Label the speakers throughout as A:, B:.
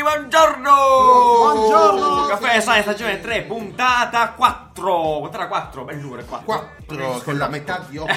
A: Buongiorno!
B: Buongiorno!
A: Caffè Sai stagione 3, puntata 4. Puntata 4, bel numero 4.
B: 4 con la metà di 8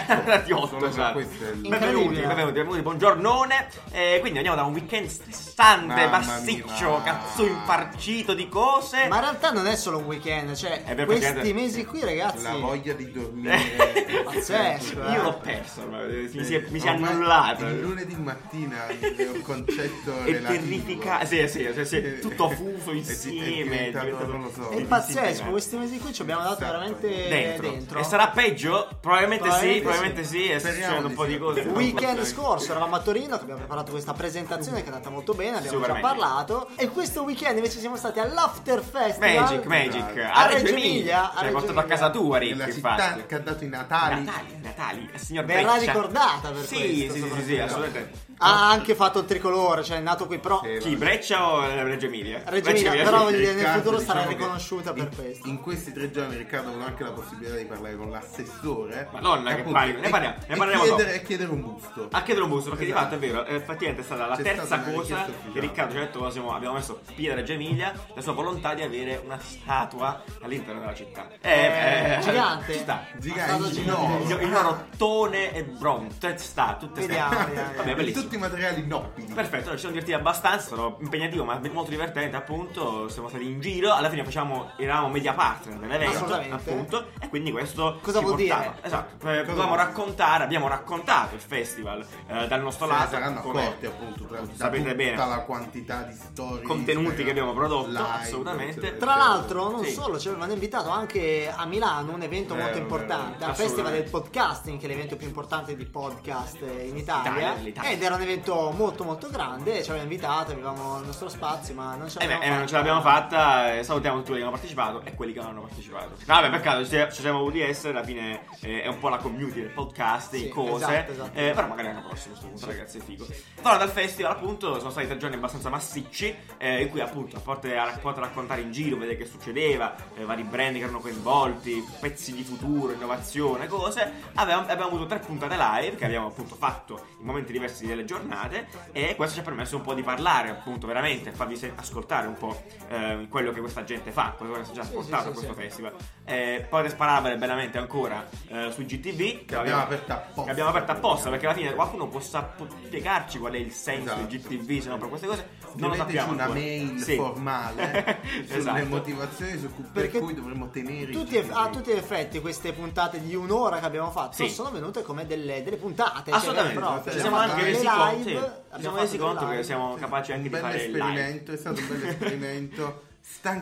A: di 8, esatto. Benvenuti,
C: Incredibile.
A: benvenuti, benvenuti, buongiornone. Eh, quindi andiamo da un weekend stressante,
B: Mamma
A: massiccio,
B: mia.
A: cazzo infarcito di cose.
C: Ma in realtà non è solo un weekend, cioè
A: È vero,
C: questi
A: Eh, perché-
C: mesi qui
B: la
C: ragazzi
B: voglia di dormire
C: Pazzesco, eh.
A: Io l'ho perso, ma, eh, mi si è, mi si è
B: Ormai
A: annullata.
B: il lunedì mattina è un concetto
A: È
B: relativo.
A: terrificante, sì, sì, sì, sì,
B: Eh,
A: tutto fuso
B: è di- è
A: insieme.
B: diventato,
A: diventato-
B: non lo so.
C: È pazzesco, questi mesi qui ci abbiamo dato veramente
A: Esatto. Eh, dentro.
C: dentro,
A: E sarà peggio? Probabilmente, sì,
C: Probabilmente
A: probabilmente sì, è
B: Speriamo
A: successo un
B: di
A: po'
B: sì.
A: di cose.
C: Il Weekend scorso eravamo a Torino che abbiamo preparato questa presentazione che è andata molto bene, abbiamo già
A: Sicuramente.
C: parlato e questo weekend invece siamo stati all'After Festival
A: Magic, Magic,
C: a Reggio Emilia, a
A: l'hai
C: Reggio
A: portato a
C: Emilia.
A: casa tua, Rick,
B: nella città
A: infatti.
B: che ha dato i Natali
A: Natali, Natali, il signor
C: Verrà
A: Beccia.
C: ricordata per
A: sì,
C: questo,
A: Sì, sì, sì, sì,
C: soprattutto.
A: assolutamente.
C: Ha anche fatto il tricolore, cioè è nato qui però
B: Sì.
A: Chi, Breccia o eh, Reggio Emilia?
C: Reggio Emilia, però voglio dire, nel
B: Riccardo,
C: futuro sarà
B: diciamo che
C: riconosciuta per
B: in-
C: questo.
B: in questi tre giorni Riccardo ha avuto anche la possibilità di parlare con l'assessore
A: Madonna, che
B: Appunto,
A: panico. Ne
B: e-
A: parliamo- ne
B: e
A: parliamo
B: chiedere, e chiedere un busto
A: A chiedere un busto, perché
B: Esatto.
A: di fatto è vero, eh, effettivamente è stata la
B: C'è
A: terza
B: stata una
A: cosa
B: richiesta ufficiale.
A: che Riccardo ci ha detto, siamo- abbiamo messo Pia Reggio Emilia, la sua volontà di avere una statua all'interno della città. Eh, eh,
C: gigante.
A: Ci sta.
B: Gigante,
C: Stato
B: in
C: gigante.
B: oro.
A: Il il loro tone e bronzo, sta, tutte ste.
C: Vediamo,
A: Vabbè,
C: vediamo, vediamo.
B: Di
A: bellissimo.
B: tutti i materiali nobili
A: Perfetto, allora ci siamo divertiti abbastanza, sono impegnativo ma molto divertente appunto, siamo stati in giro, alla fine facciamo, eravamo media partner dell'evento
C: Assolutamente.
A: appunto e quindi questo
C: Cosa
A: ci
C: vuol
A: portava-
C: dire?
A: Esatto, eh, dovevamo raccontare, abbiamo raccontato il festival eh, dal nostro
B: Se ne
A: lato,
B: saranno
A: come-
B: accorti appunto tra, da
A: sapete
B: tutta
A: bene.
B: la quantità di storie
A: Contenuti
B: Instagram,
A: che abbiamo prodotto,
B: live,
A: assolutamente.
B: eccetera,
C: Tra
B: eccetera.
C: l'altro, non
A: Sì. Eh,
C: solo, ci avevano invitato anche a Milano, un evento
B: Vero, vero,
C: molto importante, al
A: assolutamente.
C: Festival del Podcasting, che è l'evento più importante di podcast eh, in Italia.
A: Italia, l'Italia.
C: Ed era un evento molto molto grande, ci avevano invitato, avevamo il nostro spazio, ma non ce
A: Eh beh,
C: l'abbiamo
A: eh, non ce l'abbiamo fatta, eh, salutiamo tutti quelli che hanno partecipato e quelli che non hanno partecipato. No, vabbè, peccato, ci ci siamo voluti essere, alla fine eh, è un po' la community del podcasting,
C: Sì,
A: cose.
C: esatto, esatto.
A: eh, però magari l'anno prossimo, sto punto, ragazzi, è figo. Allora, dal festival, appunto, sono stati tre giorni abbastanza massicci, eh, in cui appunto a parte a rac- poter raccontare in giro, vedere che succedeva, eh, vari brand che erano coinvolti, pezzi di futuro, innovazione, cose. Avevamo, abbiamo avuto tre puntate live che abbiamo appunto fatto in momenti diversi delle giornate e questo ci ha permesso un po' di parlare appunto veramente, farvi se- ascoltare un po' eh, quello che questa gente fa, quello che si è già
C: Sì, sì,
A: ascoltato a
C: sì,
A: questo
C: sì.
A: festival. Eh, potete sparare bellamente ancora eh, su GTV che abbiamo
B: Abbiamo aperta apposta.
A: che abbiamo aperto apposta perché alla fine qualcuno può sap- spiegarci qual è il senso
B: Esatto.
A: di GTV se no per queste cose non lo
B: Scriveteci
A: sappiamo
B: una
A: ancora.
B: mail
A: Sì.
B: formale sulle
A: Esatto.
B: motivazioni su cui, per
C: Perché
B: cui dovremmo tenere i
C: Tutti eff- a
A: ah,
B: genitori.
C: tutti gli effetti queste puntate di un'ora che abbiamo fatto
A: Sì.
C: sono venute come delle, delle puntate. cioè,
A: assolutamente
C: proprio.
B: proprio.
A: ci siamo
C: Abbiamo
A: anche
C: fatto
A: resi
C: delle
A: conto
C: live,
A: sì. ci
C: abbiamo
A: siamo
C: fatto
A: resi
C: delle
A: conto che
C: live.
A: siamo capaci anche di
B: un bel
A: fare il live
B: esperimento, è stato un bel esperimento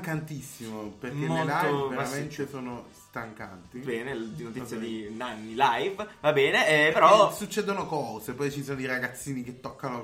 B: stancantissimo perché
A: Molto
B: le live veramente
A: massiccio.
B: sono stancanti.
A: bene l- di notizie
B: Va bene.
A: di Nanni live va bene eh, però
B: Eh, succedono cose, poi ci sono i ragazzini che toccano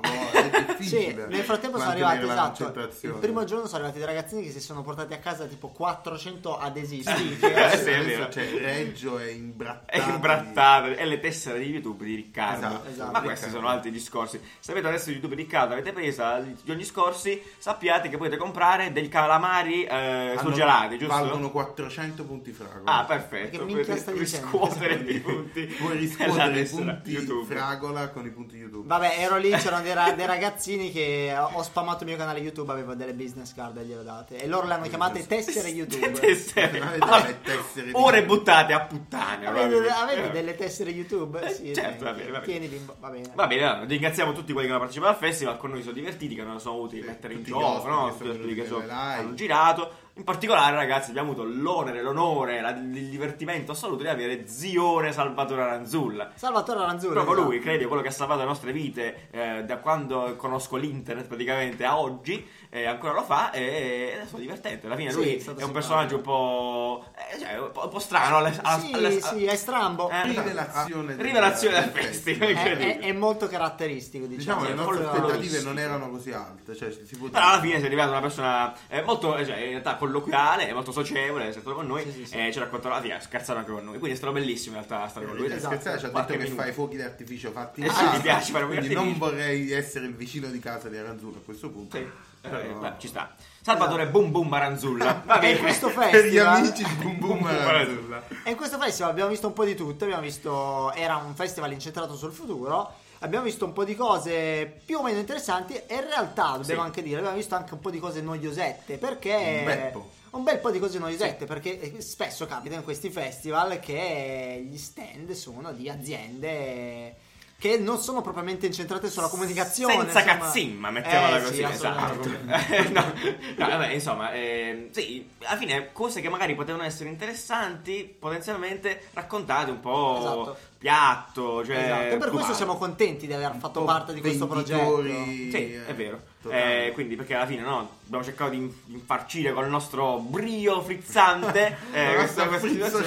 B: cose, è
C: Sì,
B: difficile.
C: nel frattempo sono
B: mantenere
C: arrivati,
B: la
C: esatto,
B: concentrazione.
C: il primo giorno sono arrivati dei ragazzini che si sono portati a casa tipo 400 adesisti. cioè,
A: Eh,
C: che-
A: sì, è vero.
B: Adesso c'è Reggio è
A: è
B: imbrattato.
A: imbrattato e le tessere di YouTube di Riccardo.
B: Esatto,
C: esatto.
A: Ma questi
B: Riccardo.
A: sono altri discorsi. Sapete adesso YouTube di Riccardo avete presa i giorni scorsi, sappiate che potete comprare dei calamari eh, surgelati, giusto?
B: Valgono 400 punti fragola.
A: Ah, perfetto.
C: Che minchia
A: Puoi
C: stai
A: riscuotere
C: dicendo?
A: i punti.
B: Puoi
A: della
B: riscuotere i
A: tessera
B: punti
A: YouTube.
B: fragola con i punti YouTube.
C: Vabbè, ero lì, c'erano dei, ra- dei ragazzini che ho ho spammato il mio canale YouTube, avevo delle business card e gliele ho date. E loro le hanno chiamate tessere YouTube.
A: Tessere.
B: Non avete
A: Allora,
B: le tessere di-
A: Ore buttate a puttane.
C: Avete,
A: proprio.
C: avete
A: Eh.
C: delle tessere YouTube?
A: Eh,
C: Sì,
A: certo,
C: sì.
A: va bene, va bene.
C: Tieni bimbo, va bene.
A: Va bene, allora, ringraziamo tutti quelli che hanno partecipato al festival, con noi sono divertiti, che non sono avuti
B: Sì,
A: mettere in
B: tutti gli
A: gioco,
B: ospiti
A: no?
B: che
A: Tutti
B: sono
A: gli ospiti che
B: venuti
A: sono-
B: nelle live.
A: hanno girato. In particolare, ragazzi, abbiamo avuto l'onere, l'onore, la- il divertimento assoluto di avere zione Salvatore Aranzulla.
C: Salvatore Aranzuri.
A: Proprio
C: esatto.
A: lui, credo, quello che ha salvato le nostre vite eh, da quando conosco l'internet praticamente a oggi, eh, ancora lo fa e eh, è stato divertente. Alla fine
C: Sì,
A: lui
C: è
A: è,
C: stato
A: un
C: simpatico.
A: personaggio un po', eh, cioè, un po', un po' strano. alle- alla-
C: Sì,
A: Ah, alle-
C: sì, è strambo.
A: Eh,
B: Rivelazione, del-
A: Rivelazione del festival.
C: È, è-
A: incredibile.
C: è molto caratteristico, diciamo.
B: Diciamo che le
A: Sì,
B: nostre
A: molto
B: aspettative
A: coloristico.
B: non erano così alte, cioè si può dire.
A: Però alla fine si è arrivata una persona eh, molto, eh, cioè, in realtà colloquiale, molto socievole, è stato con noi
C: Sì, sì, sì.
A: e ci ha raccontato la via, scherzava anche con noi. Quindi è stato bellissimo in realtà stare con lui.
B: Esatto. Scherzare, ci ha detto
A: Qualche
B: che
A: minuto.
B: fai fuochi d'artificio fatti in
A: Eh sì,
B: casa,
A: mi piace fare fuochi
B: quindi non
A: d'artificio.
B: vorrei essere il vicino di casa di Aranzulla a questo punto.
A: Sì, eh,
B: Però-
A: beh, ci sta. Salvatore Boom Boom Maranzulla. Va
C: E
A: bene.
C: in questo
B: per gli
C: festival
B: amici di Boom Boom Aranzulla.
C: E in questo festival abbiamo visto un po' di tutto, abbiamo visto era un festival incentrato sul futuro. abbiamo visto un po' di cose più o meno interessanti e in realtà, dobbiamo
A: Sì.
C: anche dire, abbiamo visto anche un po' di cose noiosette perché...
B: Un bel po'.
C: Un bel po' di cose noiosette perché eh, spesso capita in questi festival che gli stand sono di aziende che non sono propriamente incentrate sulla comunicazione.
A: Senza
C: insomma.
A: cazzimma, mettiamola
C: Eh, sì,
A: così, esatto.
C: assolutamente.
A: no, no, vabbè, insomma, ehm, sì, alla fine cose che magari potevano essere interessanti, potenzialmente raccontate un po'
C: Esatto.
A: piatto, cioè...
C: Esatto, E per questo
A: cubate.
C: siamo contenti di aver fatto
B: Un po'
C: parte di questo progetto.
B: venditori,
A: Sì,
B: eh,
A: è vero.
B: totali.
A: Eh, quindi, perché alla fine no, abbiamo cercato di in- infarcire col nostro brio frizzante eh,
B: La
A: questa,
B: nostra
A: questa situazione.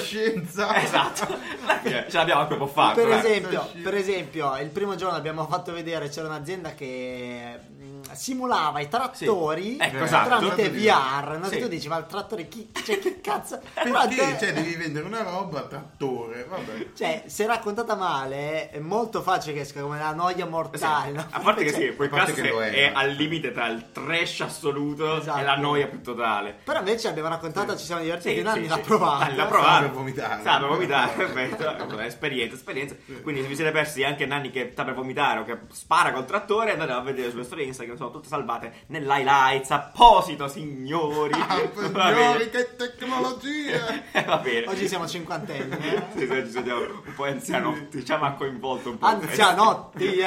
B: scienza.
A: Esatto, Alla fine ce l'abbiamo anche un po' fatta.
C: Per
A: dai.
C: esempio,
B: Sì.
C: per esempio, il primo giorno abbiamo fatto vedere c'era un'azienda che mh, simulava i trattori
A: Sì. Ecco, esatto.
C: tramite
B: Trattori.
C: VR. No?
A: Sì.
C: Tu dici, ma il trattore chi, cioè, che cazzo? Però a
B: Perché?
C: te-
B: Cioè, devi vendere una roba a trattore, vabbè.
C: cioè, se raccontata male è molto facile che esca come una noia
A: Sì.
C: mortale. no?
A: A parte che
C: Cioè,
A: sì, quel
B: a parte
A: caso
B: che lo
A: è,
B: è.
A: al limite tra il trash assoluto
C: Esatto.
A: e la noia più totale.
C: Però invece abbiamo raccontato, ci siamo divertiti,
A: Sì,
C: Nanni
A: sì,
C: l'ha
A: sì.
C: provata.
A: Ah, l'ha provata.
B: Sta per vomitare.
A: Sta per vomitare, perfetto. Ecco, Esperienza, esperienza. Quindi se vi siete persi anche Nanni che sta per vomitare o che spara col trattore, andate a vedere sulle storie Instagram, sono tutte salvate nell'highlights apposito, signori.
B: Ah,
A: Va
B: signori,
A: bene.
B: che tecnologia!
A: Eh, Va bene.
C: Oggi siamo cinquantenni. eh.
A: Sì, sì, oggi siamo un po' anzianotti, ci ha coinvolto un po'.
C: Anzianotti, eh.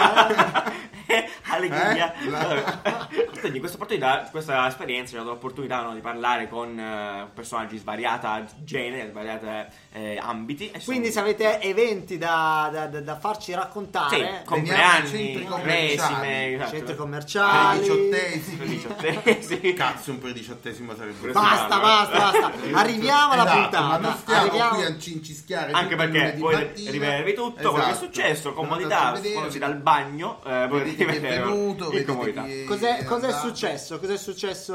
A: Eh, Allegria.
B: Eh? La-
A: Quindi questa opportunità, questa esperienza ci ha dato l'opportunità no, di parlare con eh, personaggi di svariata genere, di svariati ambiti. E sono-
C: Quindi se avete eventi da, da- da- da farci raccontare,
A: sì,
B: Veniamo ai centri
A: compleanni,
B: commerciali.
A: resime, esatto.
C: centri
B: Per i
C: commerciali,
B: diciottesimi.
A: Diciottesimi.
B: Cazzo, un prediciottesimo sarebbe
C: Basta, basta, basta. Arriviamo alla
B: Esatto,
C: puntata.
B: Ma non stiamo
C: Arriviamo-
B: qui a cincischiare.
A: Anche
B: tutto il
A: perché
B: lunedì
A: voi
B: mattina.
A: rivedervi tutto quello che è
B: Esatto.
A: successo,
B: Andate
A: comodità,
B: a vedere,
A: sposi dal bagno, eh,
B: vedete
A: potete
B: chi è
A: vedere
B: venuto,
A: in
B: vedete
A: comodità.
B: chi è
C: Cos'è, cos'è
B: andato.
C: successo? Cos'è successo?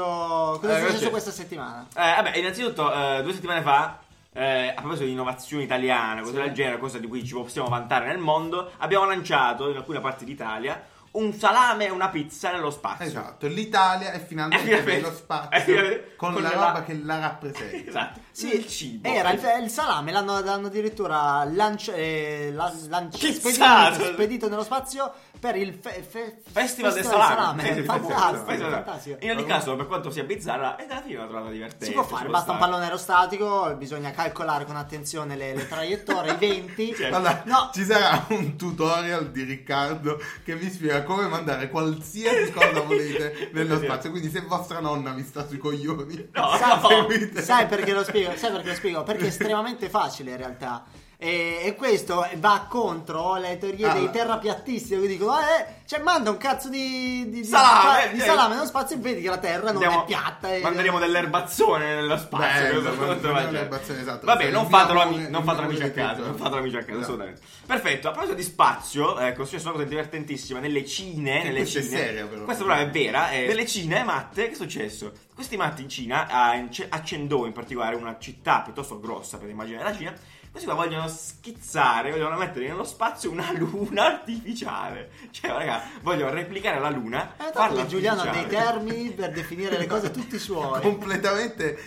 C: Cos'è
A: Eh,
C: successo
A: grazie.
C: questa settimana?
A: Eh, vabbè, innanzitutto, eh, due settimane fa, eh, a proposito di innovazione italiana, cose
C: Sì.
A: del genere, cose di cui ci possiamo vantare nel mondo, abbiamo lanciato in alcune parti d'Italia un salame e una pizza nello spazio.
B: Esatto, l'Italia è
A: Eh,
B: finalmente
A: finalmente.
B: nello
A: Eh,
B: spazio
A: finalmente.
B: con,
A: Con
B: la
A: la-
B: roba che la rappresenta.
A: Esatto.
C: Sì,
A: il cibo.
C: Era il, il salame, l'hanno, l'hanno addirittura lanci- eh, la- lanci-
A: Schizzato.
C: spedito, spedito nello spazio per il fe- fe-
A: Festival del salame. Sì, sì, festival
C: Fantastico,
A: del
C: fantastico.
A: salame. In ogni caso, per quanto sia bizzarra, è alla fine una trovata divertente.
C: Si può
A: ci
C: fare, basta un
A: stare.
C: pallone aerostatico, bisogna calcolare con attenzione le, le traiettorie, i venti.
A: Certo.
B: Allora,
C: No.
B: ci sarà un tutorial di Riccardo che vi spiega come mandare qualsiasi cosa volete nello
A: Sì.
B: spazio. Quindi, se vostra nonna vi sta sui coglioni,
A: No,
C: Sai-
A: no.
B: seguite.
C: Sai perché lo spiego? Sai perché lo spiego? Perché è estremamente facile in realtà. E, e questo va contro le teorie
B: Ah.
C: dei terrapiattisti che dicono: eh, cioè, manda un cazzo di, di- di
A: Salame,
C: di
A: eh.
C: salame nello spazio e vedi che la terra non
A: Andiamo-
C: è piatta. e-
A: Manderemo dell'erbazzone nello spazio.
B: Bello,
A: cosa-
B: manderemo
A: cosa mangiare.
B: dell'erbazzone, esatto.
A: Vabbè,
B: Sai,
A: non
B: il
A: fatelo,
B: mio
A: ami-
B: amore-
A: non
B: il
A: fatelo
B: mio
A: amici a
B: amore
A: casa.
B: del
A: Non fatelo amici a casa,
C: Esatto.
B: No.
A: assolutamente. Perfetto. A proposito di spazio, ecco, è successa una cosa divertentissima. Nelle Cine, nelle
B: questa è
A: Cine.
B: seria, però.
A: Questa però è vera. eh, nelle Cine matte, che è successo? Questi matti in Cina, a, in Ce- a Chengdu in particolare, una città piuttosto grossa per immaginare la Cina. Questi qua vogliono schizzare, vogliono mettere nello spazio una luna artificiale. Cioè, raga, vogliono replicare la luna.
C: Eh, tanto
A: farla
C: che Giuliano ha dei
A: artificiale.
C: termini per definire le cose tutti suoi.
B: completamente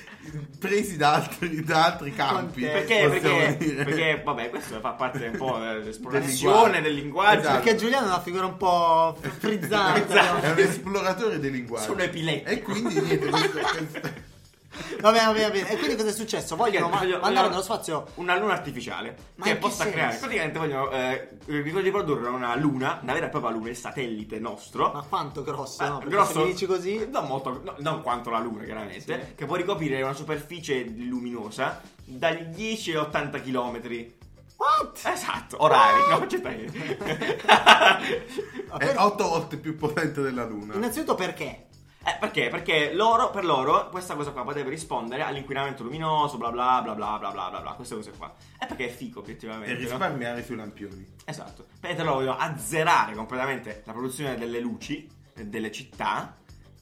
B: presi da altri, da altri campi.
C: Contesto.
A: Perché,
B: Eh, possiamo
A: perché,
B: dire.
A: perché, vabbè, questo fa parte un po' dell'esplorazione del linguaggio.
B: Esatto.
C: Perché Giuliano è una figura un po' fr- frizzante. no?
B: È un esploratore dei linguaggi.
A: Sono epilettico.
B: E quindi niente, questo, questo-
C: Va bene, va bene, va bene. E quindi cosa è successo? Vogliono ma-
A: Voglio-
C: mandare
A: voglio-
C: nello spazio.
A: Una luna artificiale
C: Ma
A: che
C: in che
A: possa
C: senso?
A: creare. Praticamente vogliono eh, riprodurre una luna, una vera e propria luna, il satellite nostro.
C: Ma quanto grosso,
A: Ma
C: no? Perché
A: Eh, grosso- Eh,
C: se mi dici così.
A: Non, molto, no, non quanto la luna, chiaramente.
C: Sì.
A: Che può ricoprire una superficie luminosa dagli 10 ai 80 km.
C: What?
A: Esatto, orari. No, certo. c'è taglio.
C: Ma
B: è
C: per-
B: 8 volte più potente della Luna.
C: Innanzitutto perché?
A: Eh, perché? Perché loro, per loro, questa cosa qua poteva rispondere all'inquinamento luminoso, bla bla bla bla bla bla bla bla, queste cose qua. È perché è fico,
B: E
A: obiettivamente. no?
B: risparmiare sui lampioni.
A: Esatto. Mentre loro vogliono azzerare completamente la produzione delle luci eh, delle città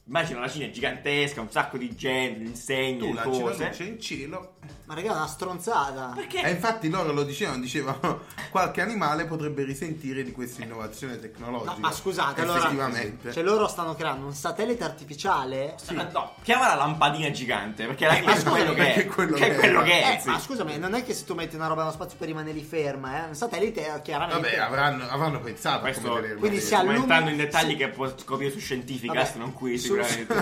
A: Immagino la Cina è gigantesca, un sacco di gente, insegne,
B: Tu
A: di
B: lanci la
A: cose.
B: luce Eh, in cielo.
C: Ma raga, è una stronzata.
A: Perché?
B: E infatti loro lo dicevano, dicevano qualche animale potrebbe risentire di questa innovazione tecnologica.
C: No, ma scusate, allora-
B: effettivamente.
C: Cioè loro stanno creando un satellite artificiale.
A: Ah, No, chiama la lampadina gigante, perché alla fine è
C: scusa,
A: quello che
B: Eh, perché
A: è.
B: è quello
A: Cioè,
B: che è.
A: quello che è,
C: Eh,
A: sì.
C: ma scusami, non è che se tu metti una roba nello spazio per rimanere lì ferma, eh? Un satellite eh, chiaramente.
B: Vabbè, ah, avranno, avranno pensato a
A: Questo-
B: come tenerlo
C: quindi
B: lì.
C: si ha-
A: Ma entrando in
C: allumi-
A: dettagli
C: sì.
A: che può scoprire su Scientificast,
C: Vabbè,
A: non qui
C: su-
A: sicuramente.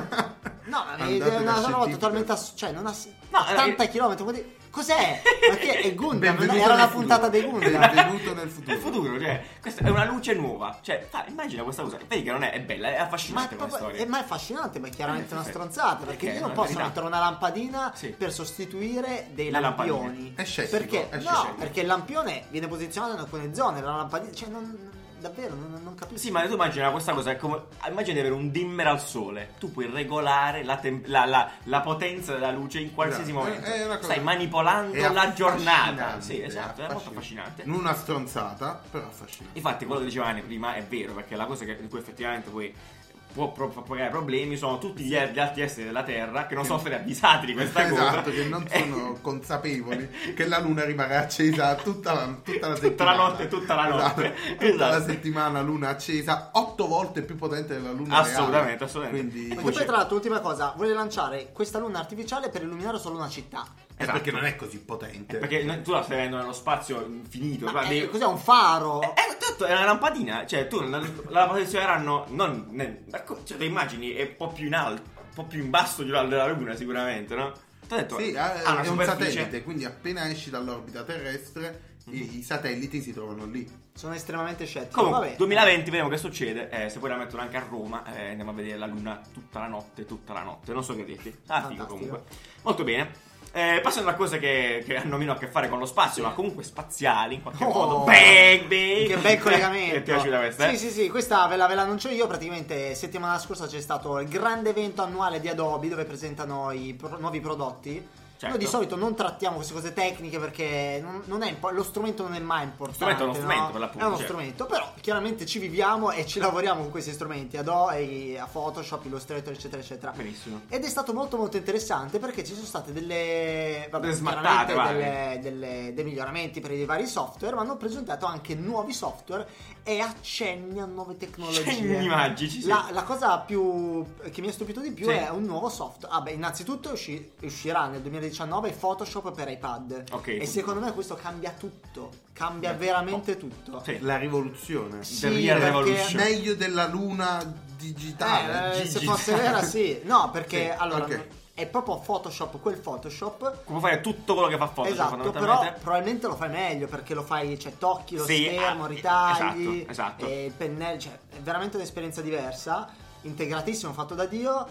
C: No, ma è
B: Andate
C: è
B: da
C: una roba
B: scientifico.
C: totalmente ass- cioè non ha sen-
A: No,
C: 80
A: eh,
C: km, vuol dire- cos'è? Ma che è Gundam? non
B: Benvenuto
C: Era
B: nel
C: la puntata dei
B: futuro.
C: Gundam.
B: Benvenuto nel
A: È il
B: futuro.
A: futuro, cioè, questa è una luce nuova. Cioè, fa- immagina questa cosa. Vedi che non è, è bella, è
C: Ma è,
A: affascinante come
C: proprio-
A: storia.
C: eh, ma è affascinante, ma è chiaramente
A: Eh,
C: una
A: sì.
C: stronzata. Perché
A: Perché
C: io
A: è
C: non
A: una
C: posso
A: verità.
C: mettere una lampadina
A: Sì.
C: per sostituire dei
A: La lampadina.
C: lampioni.
B: È scettico,
C: perché,
B: è
C: no,
B: scettico.
C: perché il lampione viene posizionato in alcune zone, la lampadina. Cioè, non, davvero, non, non capisco.
A: Sì, ma tu immagina questa cosa, è come, immagina di avere un dimmer al sole, tu puoi regolare la, tem- la- la- la potenza della luce in qualsiasi
B: Bravo.
A: momento,
B: Esatto. Eh, È- è una cosa-
A: stai manipolando
B: È
A: la giornata,
B: affascinante,
A: sì esatto, è molto affascinante.
B: Non una stronzata, però affascinante.
A: Infatti quello che diceva Anne prima è vero, perché la cosa che, in cui effettivamente poi può pro- pro- creare problemi sono tutti gli, gli altri esseri della Terra che non sono stati avvisati di questa cosa. Eh,
B: esatto, che non sono consapevoli che la luna rimarrà accesa tutta la, tutta
A: Tutta
B: la
A: la
B: settimana.
A: notte, tutta la notte.
B: Esatto. Tutta la
A: Esatto.
B: settimana luna accesa, otto volte più potente della luna
A: Assolutamente,
B: reale.
A: assolutamente.
B: Quindi...
C: Perché poi, tra l'altro, ultima cosa, vuole lanciare questa luna artificiale per illuminare solo una città.
B: È
A: eh,
B: perché non esatto. è così potente.
A: Perché no- tu la stai vedendo nello spazio infinito,
C: Ma
A: guardi-
C: è- oh. cos'è un faro?
A: Eh, eh, tutto è una lampadina, cioè tu la, la posizioneranno non ne- d'accordo, cioè le immagini è un po' più in alto, un po' più in basso di una- della Luna sicuramente, no? T'ho detto,
B: Sì,
A: ha
B: ha-
A: una
B: è un
A: superficie-
B: satellite, quindi appena esci dall'orbita terrestre,
A: Mm-hmm.
B: i, i satelliti si trovano lì.
C: Sono estremamente scettico.
A: Comunque,
C: Vabbè.
A: 2020 vediamo che succede, eh, se poi la mettono anche a Roma eh, andiamo a vedere la Luna tutta la notte, tutta la notte, non so che dirti. Ah, figo
C: Fantastico.
A: comunque. Molto bene. Eh, passando a cose che, che hanno meno a che fare con lo spazio, ma comunque spaziali in qualche
C: Oh,
A: modo. Bang, bang.
C: Che bel collegamento!
A: Che ti è piaciuta questa? eh?
C: Sì, sì, sì, questa ve la, ve la annuncio io. Praticamente settimana scorsa c'è stato il grande evento annuale di Adobe dove presentano i pro- nuovi prodotti.
A: Certo.
C: Noi di solito non trattiamo queste cose tecniche perché non, non è impo- lo strumento non è mai importante.
A: Lo strumento è uno
C: no?
A: strumento, per l'appunto,
C: È uno
A: certo.
C: strumento, però chiaramente ci viviamo e ci lavoriamo con questi strumenti, Adobe, a Photoshop, Illustrator, eccetera, eccetera.
A: Benissimo.
C: Ed è stato molto molto interessante perché ci sono state delle, vabbè,
A: Delle
C: chiaramente
A: smattate, varie.
C: delle- delle- dei miglioramenti per i vari software, ma hanno presentato anche nuovi software e accenni a nuove tecnologie.
A: Accenni magici, sì.
C: La, la cosa più che mi ha stupito di più
A: Sì.
C: è un nuovo software. Ah, beh, innanzitutto usci- uscirà nel 2019 Photoshop per iPad.
A: Ok.
C: E secondo me questo cambia tutto, cambia veramente tutto.
A: oh,
C: Eh,
A: Sì.
B: La rivoluzione.
C: Sì,
A: The Real
C: perché-
A: Revolution.
B: Meglio della luna digitale.
A: Ah,
C: Eh, se
B: Gigi.
C: fosse vera sì. No, perché
B: Sì,
C: allora
B: ok.
C: è proprio Photoshop, quel Photoshop
A: Può fare tutto quello che fa Photoshop
C: Esatto, però
A: fondamentalmente.
C: probabilmente lo fai meglio perché lo fai, cioè tocchi lo
A: Sì,
C: schermo,
A: ah,
C: ritagli,
A: esatto, esatto.
C: e il pennello, cioè è veramente un'esperienza diversa, integratissimo, fatto da Dio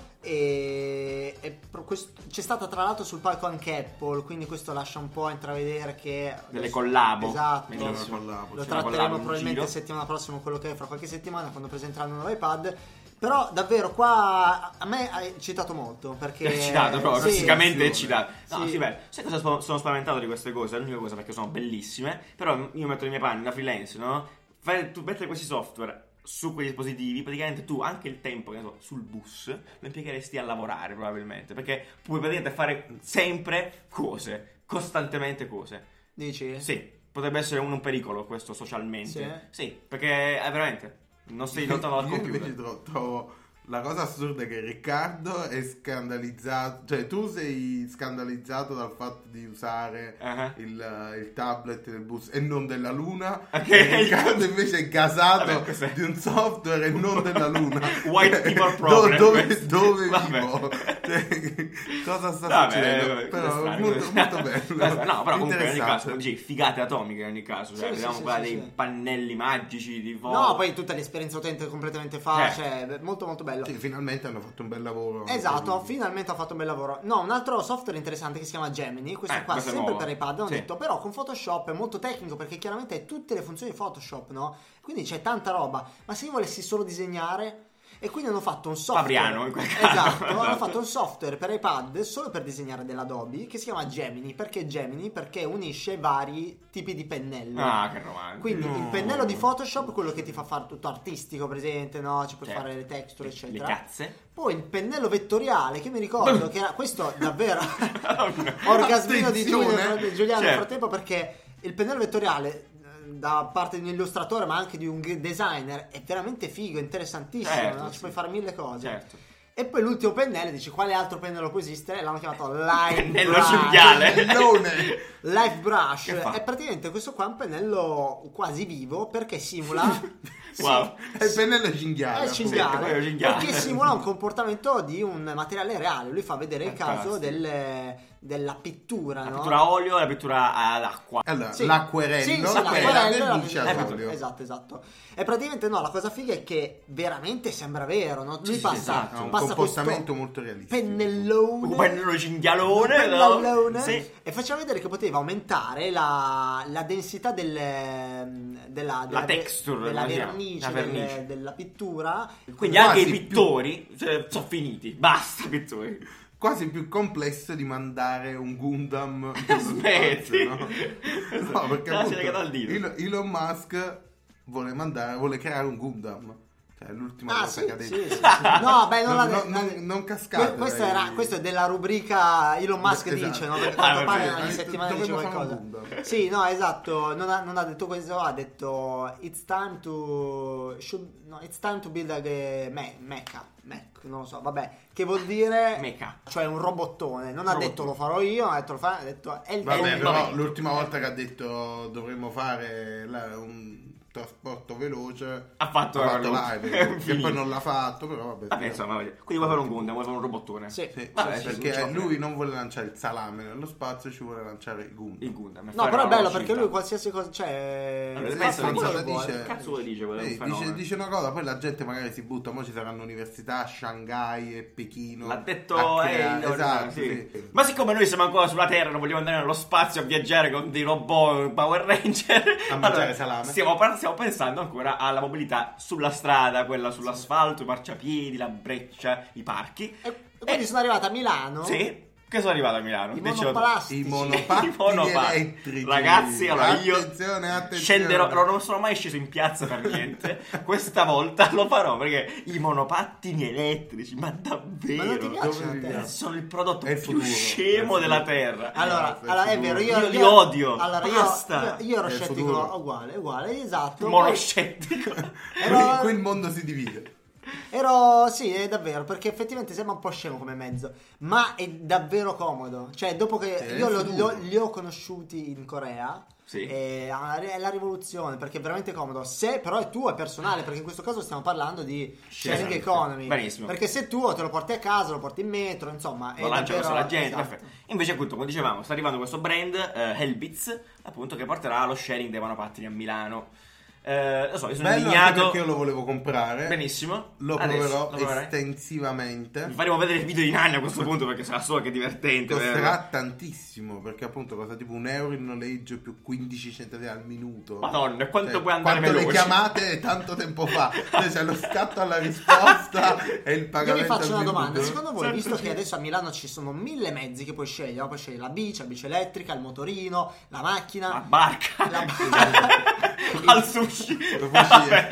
C: e, e pro- quest- c'è stata tra l'altro sul palco anche Apple, quindi questo lascia un po' intravedere che...
A: Delle collabo.
C: Esatto.
A: Bellissimo.
B: Allora, collabo,
C: Lo
B: sì.
A: tra- collabo
C: tratteremo
A: in
C: probabilmente
A: giro.
C: settimana prossima, quello che è fra qualche settimana, quando presenteranno un nuovo iPad. Però davvero qua a me ha eccitato molto perché...
A: È citato proprio,
C: Sì.
A: fisicamente è
B: sì.
A: citato. No,
C: Sì.
A: sì, bello. Sai cosa sp- sono spaventato di queste cose? È l'unica cosa perché sono bellissime. Però io metto i miei panni da freelance, no? Fai- tu mettere questi software su quei dispositivi, praticamente tu anche il tempo che ne so, sul bus lo impiegheresti a lavorare probabilmente. Perché puoi praticamente fare sempre cose, costantemente cose.
C: Dici?
A: Sì, potrebbe essere un, un pericolo questo socialmente.
C: Sì?
A: Sì, perché è veramente non sei lontano dal
B: Io invece
A: computer.
B: tro- trovo la cosa assurda è che Riccardo è scandalizzato, cioè tu sei scandalizzato dal fatto di usare
A: Ah.
B: il, il tablet del bus e non della luna,
A: Ok.
B: e Riccardo invece è gasato
A: Vabbè, cos'è?
B: di un software e non della luna. Cioè,
A: White people
B: Do-
A: problem,
B: dove,
A: questo.
B: dove
A: Vabbè.
B: vivo? Cioè, cosa sta
A: Vabbè,
B: succedendo?
A: vabbè,
B: Però
A: cosa strano, cosa
B: molto, molto
A: strano.
B: bello.
A: No, però comunque in ogni
B: Interessante.
A: caso, come dicevi, figate atomiche in ogni caso. Cioè,
C: Sì,
A: vediamo
C: sì,
A: qua
C: sì,
A: dei
C: sì.
A: pannelli magici di foto.
C: No, poi tutta l'esperienza utente completamente fa,
A: Eh.
C: cioè, beh, molto molto bello.
B: Sì, finalmente hanno fatto un bel lavoro.
C: Esatto,
B: Quindi-
C: finalmente ha fatto un bel lavoro. No, un altro software interessante che si chiama Gemini, questo
A: Eh,
C: qua
A: questo è
C: sempre
A: nuovo.
C: per iPad, hanno
A: Sì.
C: detto, però con Photoshop è molto tecnico perché chiaramente hai tutte le funzioni di Photoshop, no? Quindi c'è tanta roba, ma se io volessi solo disegnare E quindi hanno fatto un software.
A: Fabriano, in quel caso.
C: Esatto, hanno
A: Esatto.
C: fatto un software per iPad solo per disegnare dell'Adobe che si chiama Gemini. Perché Gemini? Perché unisce vari tipi di pennello.
A: Ah, che romantico.
C: Quindi
B: No.
C: il pennello di Photoshop, quello che ti fa fare tutto artistico, presente, no? Ci puoi
A: Certo.
C: fare le texture,
A: Le
C: eccetera.
A: cazze?
C: Poi il pennello vettoriale, che mi ricordo che era questo davvero orgasmino di Giulio-
B: Attenzione.
C: Giuliano nel
A: Certo.
C: frattempo perché il pennello vettoriale eh, da parte di un illustratore ma anche di un g- designer è veramente figo, interessantissimo,
A: Certo,
C: no? ci
A: sì.
C: puoi fare mille cose.
A: Certo.
C: E poi l'ultimo pennello, dici quale altro pennello può esistere? L'hanno chiamato Line
A: Pennello
C: Brush.
A: cinghiale.
B: Pennellone.
C: Life Brush
A: Che fa?
C: è praticamente questo qua è un pennello quasi vivo perché simula
A: Wow.
B: È il pennello cinghiale.
C: è
B: appunto.
A: Sì,
C: cinghiale,
A: Ah, quello è cinghiale.
C: perché simula un comportamento di un materiale reale lui fa vedere il caso
A: Fantastico.
C: del- della pittura
A: Eh, La
C: no?
A: pittura a olio e la pittura ad acqua.
B: Allora,
C: Sì.
B: l'acquerello,
C: Sì, sì,
B: quella
C: l'acquerello,
B: del
C: la-
B: luce
C: la-
B: ad
A: esatto,
B: olio.
C: Esatto, esatto. E praticamente no, la cosa figa è che veramente sembra vero, no? Lui
A: sì,
C: passa,
A: esatto.
B: Ha un
C: passa
B: comportamento
C: questo
B: molto realistico.
C: pennellone,
A: Un pennello cinghialone,
C: un pennellone,
A: no? Sì.
C: e faceva vedere che poteva aumentare la, la densità del, della, della,
A: La texture,
C: della
A: come si chiama?
C: vernice,
A: La
C: del-
A: vernice.
C: della pittura.
A: Quindi
B: Quasi
A: anche i
B: più-
A: pittori cioè, sono finiti. Basta pittori.
B: Quasi più complesso di mandare un Gundam nello
A: Smetti.
B: spazio, no? No, perché
A: Te la sei legata Esatto. al
B: appunto,
A: dito.
B: Elon- Elon Musk vuole mandare, vuole creare un Gundam. Cioè, è l'ultima
C: Ah,
B: cosa
C: sì,
B: che ha
C: sì,
B: detto.
C: sì, sì. No, beh,
B: Non-
C: non, la-
B: non-
C: la-
B: non- non cascate,
C: Que- Questo,
B: dai.
C: era, questo è della rubrica Elon Musk
B: Esatto.
C: dice, no? Perché
A: Ah,
C: tanto pare
A: vabbè.
C: ogni
B: Ha detto,
C: settimana dice
B: "Dovremmo fare un
C: qualcosa.
B: Gundam".
C: Sì, no, esatto. Non ha, non ha detto questo, ha detto It's time to. should- no, it's time to build a ge- me- mecha. Mech, non lo so, vabbè. Che vuol dire.
A: Mecha.
C: Cioè un robottone. Non ha
A: Robottone.
C: detto lo farò io, ha detto lo fa, ha detto è il è
B: Vabbè,
C: il-
B: però
A: momento.
B: l'ultima volta che ha detto dovremmo fare la- un trasporto veloce
A: Ha fatto
B: ha
A: la
B: fatto
A: cosa.
B: live che
A: Finito.
B: poi non l'ha fatto però vabbè,
A: Vabbè, insomma, voglio- quindi vuoi fare un Gundam, vuoi fare un robottone?
C: Sì.
B: Sì,
A: Vabbè,
B: sì,
A: sì,
B: perché
A: sì, sì.
B: lui non vuole lanciare il salame nello spazio ci vuole lanciare il Gundam
A: Il Gundam.
C: No, però è bello perché lui qualsiasi cosa.
B: Eh,
C: Cioè.
A: Allora,
C: fa
A: pensa,
C: quello che
B: pensate,
C: vuole.
B: dice-
A: Cazzo vuole dice quello è un
B: Sì,
A: fenomeno.
B: dice, dice una cosa, poi la gente magari si butta, poi ci saranno università a Shanghai e Pechino.
A: L'ha detto
B: a
A: eh,
B: creare-
A: il-
B: esatto,
A: sì.
B: sì.
A: Ma siccome noi siamo ancora sulla Terra, non vogliamo andare nello spazio a viaggiare con dei robot Power Ranger,
B: A mangiare salame.
A: Stiamo, par- stiamo pensando ancora alla mobilità sulla strada, quella sull'asfalto, i marciapiedi, la breccia, i parchi.
C: E quindi sono arrivato a Milano.
A: Sì, che sono arrivato a Milano.
C: I
A: Dicevo-
C: monoplastici.
B: I monopattini
A: I monopattini.
B: elettrici.
A: Ragazzi, allora io
B: attenzione, attenzione.
A: scenderò, no, non sono mai sceso in piazza per niente. Questa volta lo farò perché i monopattini elettrici, ma davvero?
C: Ma non ti piacciono
B: Dove
C: a te?
B: viviamo?
A: sono il prodotto
B: È il
A: più
B: futuro, è il
A: scemo
B: futuro.
A: della terra.
C: Allora,
B: Eh,
C: allora, è
B: futuro.
C: vero, io,
A: Io li
C: io-
A: odio,
C: Allora, io,
A: basta.
C: io, io ero
B: È il
C: scettico
B: futuro.
C: uguale, uguale, esatto. Poi
A: Monoscettico.
B: Quindi
C: Però-
B: quel mondo si divide.
C: Ero, sì, è davvero, perché effettivamente sembra un po' scemo come mezzo, ma è davvero comodo. Cioè, dopo che
B: È
C: io
B: il
C: lo-
B: futuro.
C: lo- li ho conosciuti in Corea,
A: Sì.
C: e ah, è la rivoluzione, perché è veramente comodo. Se però è tuo, è personale, perché in questo caso stiamo parlando di sharing
A: Certo.
C: economy.
A: Benissimo.
C: Perché se è tuo, te lo porti a casa, lo porti in metro, insomma, è
A: lo lanciano
C: davvero-
A: sulla gente.
C: esatto.
A: perfetto. Invece, appunto, come dicevamo, sta arrivando questo brand, eh, Hellbits, appunto, che porterà lo sharing dei monopattini a Milano. Eh, lo so, io sono
B: Bello anche
A: indignato.
B: perché io lo volevo comprare.
A: Benissimo.
B: Lo
A: Adesso,
B: proverò
A: lo proverai.
B: estensivamente.
A: Vi faremo vedere il video di Nanni a questo punto perché sarà solo che è divertente. vero?
B: Costerà tantissimo perché appunto costa tipo un euro il noleggio più 15 centesimi al minuto.
A: Madonna, e quanto
B: Cioè,
A: puoi andare
B: quanto
A: veloce?
B: le chiamate tanto tempo fa. Cioè, c'è lo scatto alla risposta e il
C: Io vi
B: pagamento.
C: faccio
B: al
C: una
B: minuto.
C: domanda, secondo voi,
A: Sempre
C: visto
A: sì.
C: che adesso a Milano ci sono mille mezzi che puoi scegliere, no? puoi scegliere la bici, la bici elettrica, il motorino, la macchina,
A: La barca.
C: la barca.
A: Al sushi.
B: Puoi
A: Vabbè.